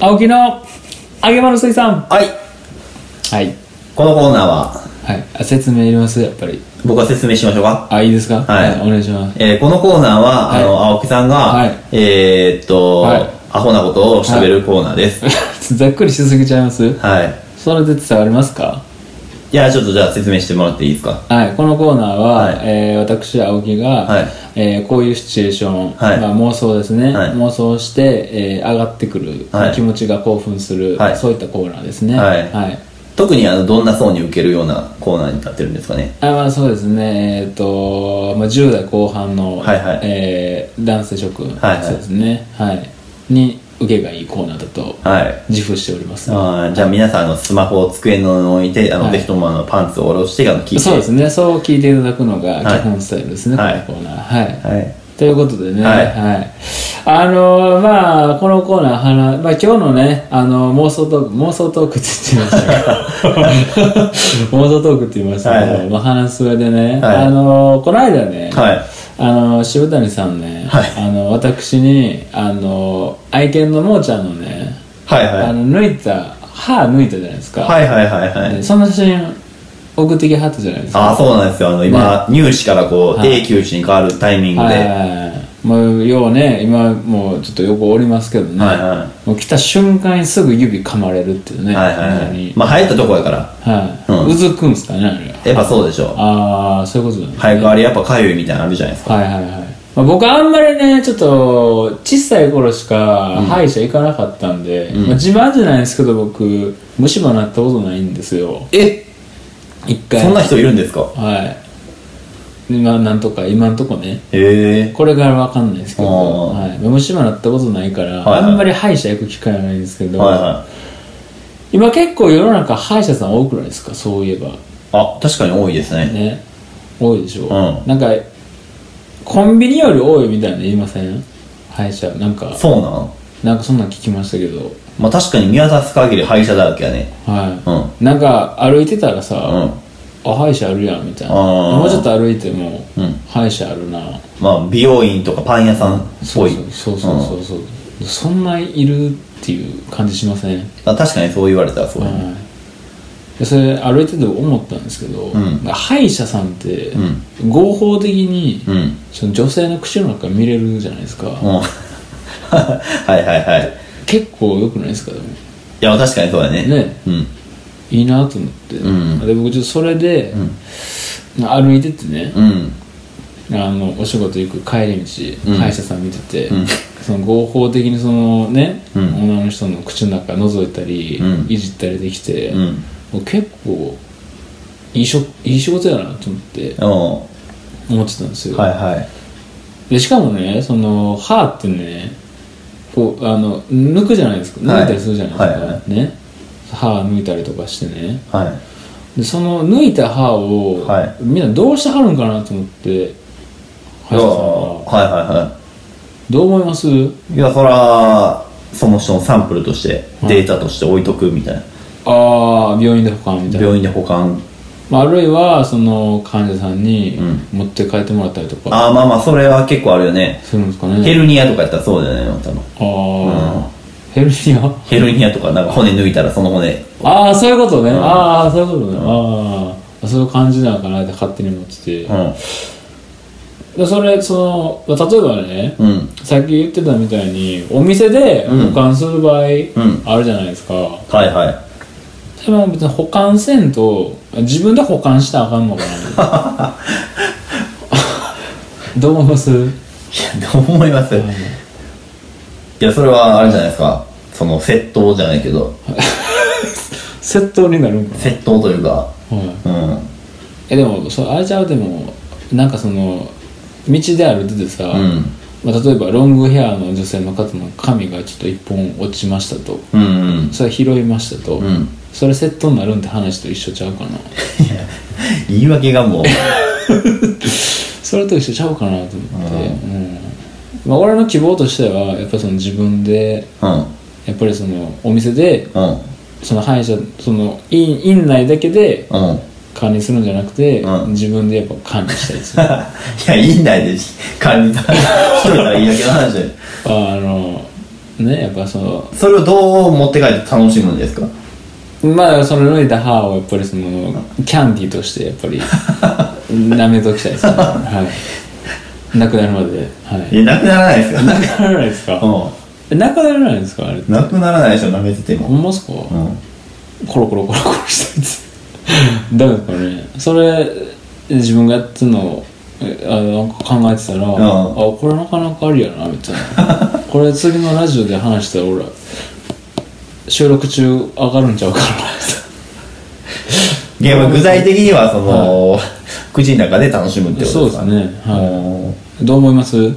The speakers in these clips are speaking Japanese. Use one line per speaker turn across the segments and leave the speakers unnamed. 青木の揚げ場の水産
はい
はい
このコーナーは
はいあ説明いりますやっぱり
僕が説明しましょうか、
あいいですか
はい
お願いします
えーこのコーナーは、
はい
あの青木さんが、
はい
えー、っと、
はい
アホなことをしゃべるコーナーです
ざっくりしすぎ ちゃいます
はい、い、
それで伝わりますか
やちょっとじゃあ説明してもらっていいですか
はい、このコーナーは、
はい
えー私青木が、
はい
えーこういうシチュエーション、
はい
まあ、妄想ですね、
はい
妄想して、えー上がってくる、
はい
気持ちが興奮する、
はい
そういったコーナーですね
はい特にあのどんな層に受けるようなコーナーになってるんですかね
あまあ、そうですねえっ、と、まあ、10代後半の、
はいはい
えー男性諸君、
はいはい
そうですね、はい、に受けがいいコーナーだと
はい
自負しております、
あーじゃあ皆さんあのスマホを机の上に置いてあの、
はい
ぜひともあのパンツを下ろしてあの聞いて
そうですねそう聞いていただくのが
はい
基本スタイルですね、
はい
このコーナーはい
はい
ということでね、
は
はいい。あのーまあ、このコーナーはな、まあ今日のね、あの妄想トーク、妄想トークって言ってま したけど妄想トークって言いましたけど、
はいはい
まあ話す上でね、
はい
あのーこの間ね、
はい
あのー渋谷さんね、
はい
あの私に、あのー愛犬のもーちゃんのね、
はいはい
あの、抜いた、歯抜いたじゃないですか。
はいはいはいは
で
い
そんな写真送ってきはったじゃないですか。
ああそうなんですよあの今、入試からこう、
はい
永久歯に変わるタイミングで、
はいはいはいもうようね今もうちょっと横おりますけどね、
はいは
もう来た瞬間にすぐ指噛まれるっていうね
はいはい
本
は
当
い
に
まあ生えたとこやから
はい
うん
うずくんすかねあれ
やっぱそうでしょ
ああそういうことなんです
生え変わりやっぱかゆいみたいなのあるじゃないですか
はいはいはい、まあ、僕あんまりねちょっと小さい頃しか歯医者行かなかったんで、まあ、自慢じゃないですけど僕虫歯なったことないんですよ
え
一回
そんな人いるんですか
はい今なんとか今んとこね
へえ
これからわかんないですけど、
あ
はい、虫歯なったことないから、
はいはい
あんまり歯医者行く機会はないんですけど、
はいはい
今結構世の中歯医者さん多くないですかそういえば
あ確かに多いですね
ね多いでしょ、
うん
なんかコンビニより多いみたいなの言いません歯医者なんか
そうな
な
ん
んかそんなん聞きましたけど
まあ確かに見渡す限り歯医者だらけやね
は
う
い、なんか歩いてたらさ、
うん
あ歯医者あるやんみたいな
あー
もうちょっと歩いても、
うん
歯医者あるな
まあ美容院とかパン屋さんっぽい
そうそうそうそうそう、そんないるっていう感じしません
あ確かにそう言われたらそうやね
はいでそれ歩いてて思ったんですけど、
ん
歯医者さんって、
う
合法的に、
うんうん
その女性の口の中見れるじゃないですか、
はいはいはい
結構良くないですかでも
いや確かにそうだね
ね
うん
いいなと思って、
うん
で僕ちょっとそれで、歩いててね、
うん
あのお仕事行く帰り道、
うん
歯医者さん見てて、
うん
その合法的にそのね、
うん
女の人の口の中覗いたり、
うん
いじったりできて、
うん
もう結構いいしょいい仕事やなと思って
お
思ってたんですよ、
はいはい
でしかもねその歯ってねこうあの抜くじゃないですか
はい
抜いたりするじゃないですか、
はいは
ね歯抜いたりとかしてね
はい
でその抜いた歯を、
はい
みんなどうしてはるんかなと思って歯医者さんは
はいはいはい
どう思います
いやそらその人のサンプルとしてデータとして置いとくみたいな、
ああ病院で保管みたいな、
病院で保管
まあ、あるいはその患者さんに
うん
持って帰ってもらったりとか
ああまあまあそれは結構あるよね
するんですかね、
ヘルニアとかやったらそうじゃないの多分
ああ、ヘルニア
ヘルニアとかなんか骨抜いたらその骨
ああそういうことね、ああそういうことね、ああそういう感じなのかなって勝手に思ってて、
うん
でそれそのまあ例えばね、
うん
さっき言ってたみたいにお店で
うん
保管する場合
ん
あるじゃないですか、
はいはい
でも別に保管せんと自分で保管したらあかんのかな どう思います
いやどう思いますいやそれはあれじゃないですかその窃盗じゃないけど
窃盗になるんか
窃盗というか
な、はい、
うん
えでもそうあれちゃうでもなんかその道で歩いててさ、
うん
まあ、例えばロングヘアの女性の方の髪がちょっと一本落ちましたと
うんうん
それ拾いましたと、
うん
それ窃盗になるんって話と一緒ちゃう かな
言い訳がもう
それと一緒ちゃうかなと思って、うんまあ、俺の希望としてはやっぱりその自分で
うん
やっぱりそのお店で
うん
その歯医者その院院内だけで
うん
管理するんじゃなくて、
うん
自分でやっぱ管理したりする あ
いや院内で管理されたらいいだけの話で
あのねやっぱその
それをどう持って帰って楽しむんですか
まあその脱いだ歯をやっぱりそのキャンディーとしてやっぱ り舐めときたいですね はいなくなるまではい
いや、なくならないですよ。
なくならないですか
う
なくならないですかあれ
ん。なくならないでしょ、舐めてて
ほ
も。
んまっすか
うん。
コロコロコロコロしたや つダメですかねそれ自分がやってんのえあなんか考えてたら、あこれなかなかありやなみたい なこれ次のラジオで話したら俺収録中上がるんちゃうか
いや、まあ具体的には、その、口の中で楽しむっ
な
てこ
そ
と
う
で
ですす
か
ね
ね。
は
うん
いどう思います
い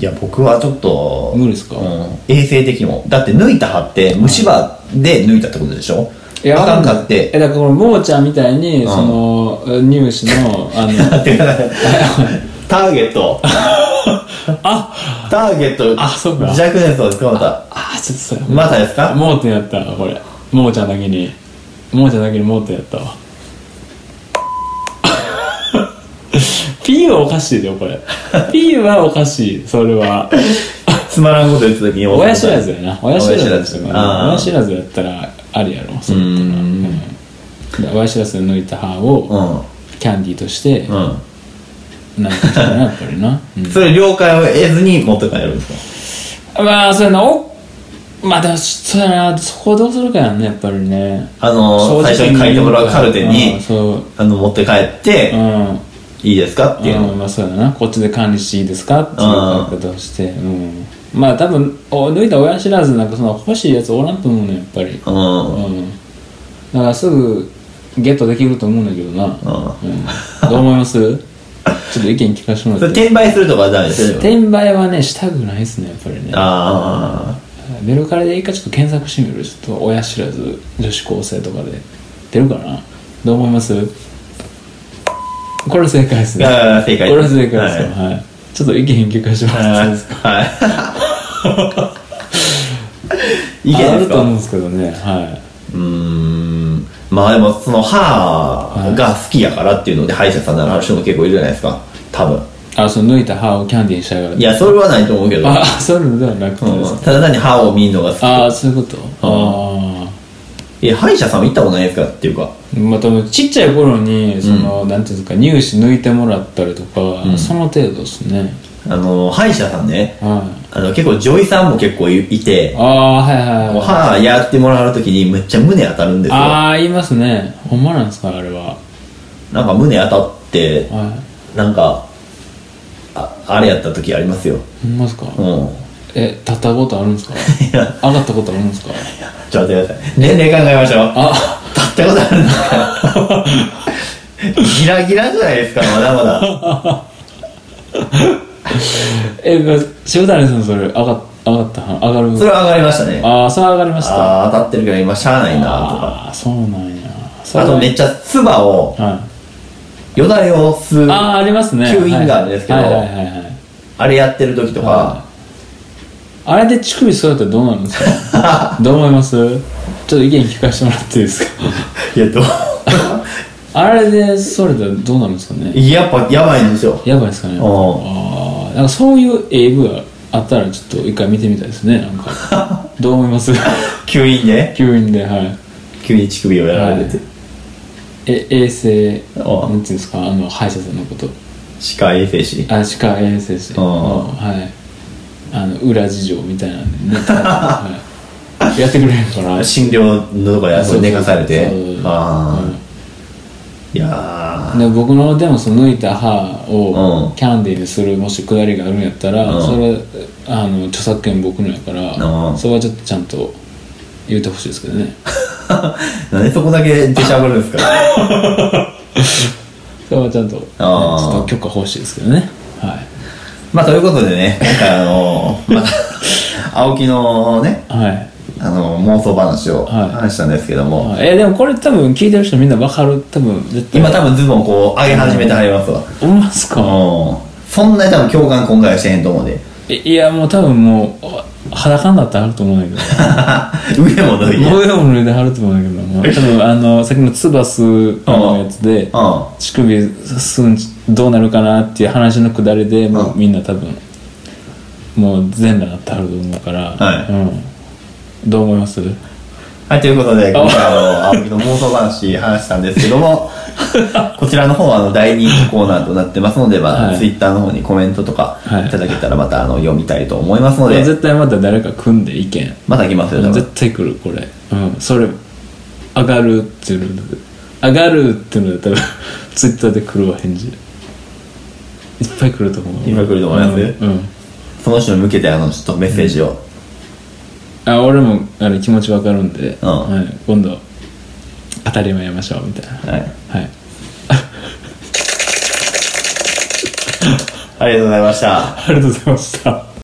や、僕はちょっと、
無理ですか
うん衛生的にも。だって、抜いた歯って、虫歯で抜いたってことでしょ
いや
あかんかって。
えだからこのもーちゃんみたいに、その乳歯のあの
待ってください。ターゲット。
あ
ターゲット。
あそうか
弱点そうですか、また。
あちょっとそれ
またですか
盲点やったわこれ盲ちゃんだけに盲ちゃんだけに盲点やったわ P はおかしいでよこれ P はおかしいそれは
つまらんこと言った時に忘れた。
親知らずやな親知らずや
親知ら
った
ず
ら
あー
親知らずやったらありやろそうれ
ん。
だ親知らず抜いた歯を
うん。
キャンディーとして
うん。
なんかしたらなやっぱりな、うん
それ了解を得ずに持って帰るんです
まあそうやなおまあでもそうやなそこをどうするかやんねやっぱりね
かあの
正直
ー、最
に
初に書いてもらうカルテ
う
に
ん、そう
あの、持って帰って
う、ん
いいですかっていうの。
うんまあそうだなこっちで管理していいですかっていう言い方をして、うん、まあ多分お抜いた親知らずなんかその欲しいやつおらんと思うねんやっぱり、
うん。うん。
うん、だからすぐゲットできると思うんだけどな、うん、どう思いますちょっと意見聞かせても
それ
らって
転売するとかはダメですよ。
転売はねしたくないですねやっぱりね
あ
メルカリでいいかちょっと検索してみるちょっと親知らず女子高生とかで出るかなどう思いますこれ正解です
ー。
ね
が正解です。
これは正解
は
で
い
すよ、はいちょっと意見聞かせてもらっていいですか
はい。いけ
あ
ない
あ
で
る
す
と思う
か
んですけどねは
うーん。まあでも、その歯が好きやからっていうので、歯医者さんならある人も結構いるじゃないですか。多分。
いあその抜いた歯をキャンディーにしたいから
いや、それはないと思うけど。
あそういうのではなくて
う
で
ん
すか、
ただ単に歯を見るのが好き。
ああそういうことあ
え、歯医者さんは行ったことないですかっていうか。
あまたちっちゃい頃にその、なんていうんですか乳歯抜いてもらったりとか、その程度ですね
あの、歯医者さんね、
はい
あの、結構女医さんも結構いいて、
ああはいはい
歯やってもらうときにめっちゃ胸当たるんですよ。
ああ言いますねほんまなんですかあれは
なんか胸当たって、
は
なんか、ああれやった時ありますよ。
いほんまですか、
うん。
え立ったことあるんですか
いや、
上がったことあるんですか
ちょっと待ってください。年齢考えましょう。
あ
立ったことあるんですかギラギラじゃないですか、まだまだ。
え、ま塩谷さんそれ上がっ上がった上がる
それは上がりましたね。
ああそれ上がりました
ああ、当たってるから今しゃあないなとか。
ああそうなんやそれ
あ
は
とめっちゃ唾を、
は
よだれを吸。
いうああありますね
吸引があるんですけど
はいはいはいはいはい
あれやってる時とか、
あれで乳首座ったらどうなるんです かどう思いますちょっと意見聞かせてもらっていいですか
いや、どう
あれでそれたらどうなるんですかね
やっぱやばいんですよ。
やばいですかね
うん
ああなんかそういう AV があったらちょっと一回見てみたいですねなん かどう思います
吸引ね。
吸引ではい
急に乳首をやられてて。
え衛生
ああ
なんていうんですかあの歯医者さんのこと
歯科衛生士。
あ歯科衛生士
ああ
はいあの裏事情みたいなんでね、はい、やってくれへん から
診療のとこ
そう
で
そうそう
寝かされて
そう。
あ
うん
あ。いや
で僕のでもその抜いた歯
う
を
ん
キャンディーにするもしくだりがあるんやったら、
うん
それあの著作権僕のやから、
うん
それはちょっとちゃんと言ってほしいですけど ね
ー。なんでそこだけ出しゃぶるんです か
それはちゃんと、ね、ち
ああ
ょっと許可欲しいですけどねはい
まあ、ということでね、今回あのー、また、青木のね、
はい
あのー、妄想話を
はい
話したんですけども、
はいえでもこれ多分聞いてる人みんなわかる多分絶対
今多分ズボンこう上げ始めてはりますわ。
ほんまっすか、
うん。そんなに多分共感今回はしてへんと思うんで。
いいやもう多分もうあ裸になってはると思うんだ
上も脱
け
いで。
ど模様も脱いではると思うんだけども う多分あのさっきのツバスのやつで
うん。
乳首すんどうなるかなっていう話のくだりでもうみんな多分もう全裸なってはると思うから、
はい
うん、どう思います
はい、ということで、今回はあの、青木の妄想話、話したんですけ ども、こちらの方は、あの、第2コーナーとなってますので、ま
は
あ、
い
ツイッターの方にコメントとか、
はい
いただけたら、また、あの、読みたいと思いますので、
絶対また誰か組んで意見
また来ますよ、多分
絶対来るこれ、うん、それ上がるっていうので上がるっていうので多分 ツイッターで来るわ返事いっぱい来ると思う
いっぱい来ると思います
うん、うん
その人に向けて、あの、ちょっとメッセージを、
あ俺もあの気持ちわかるんで、
うん
はい、今度当たり前やりましょうみたいなは
は
い
い。ありがとうございました。
ありがとうございました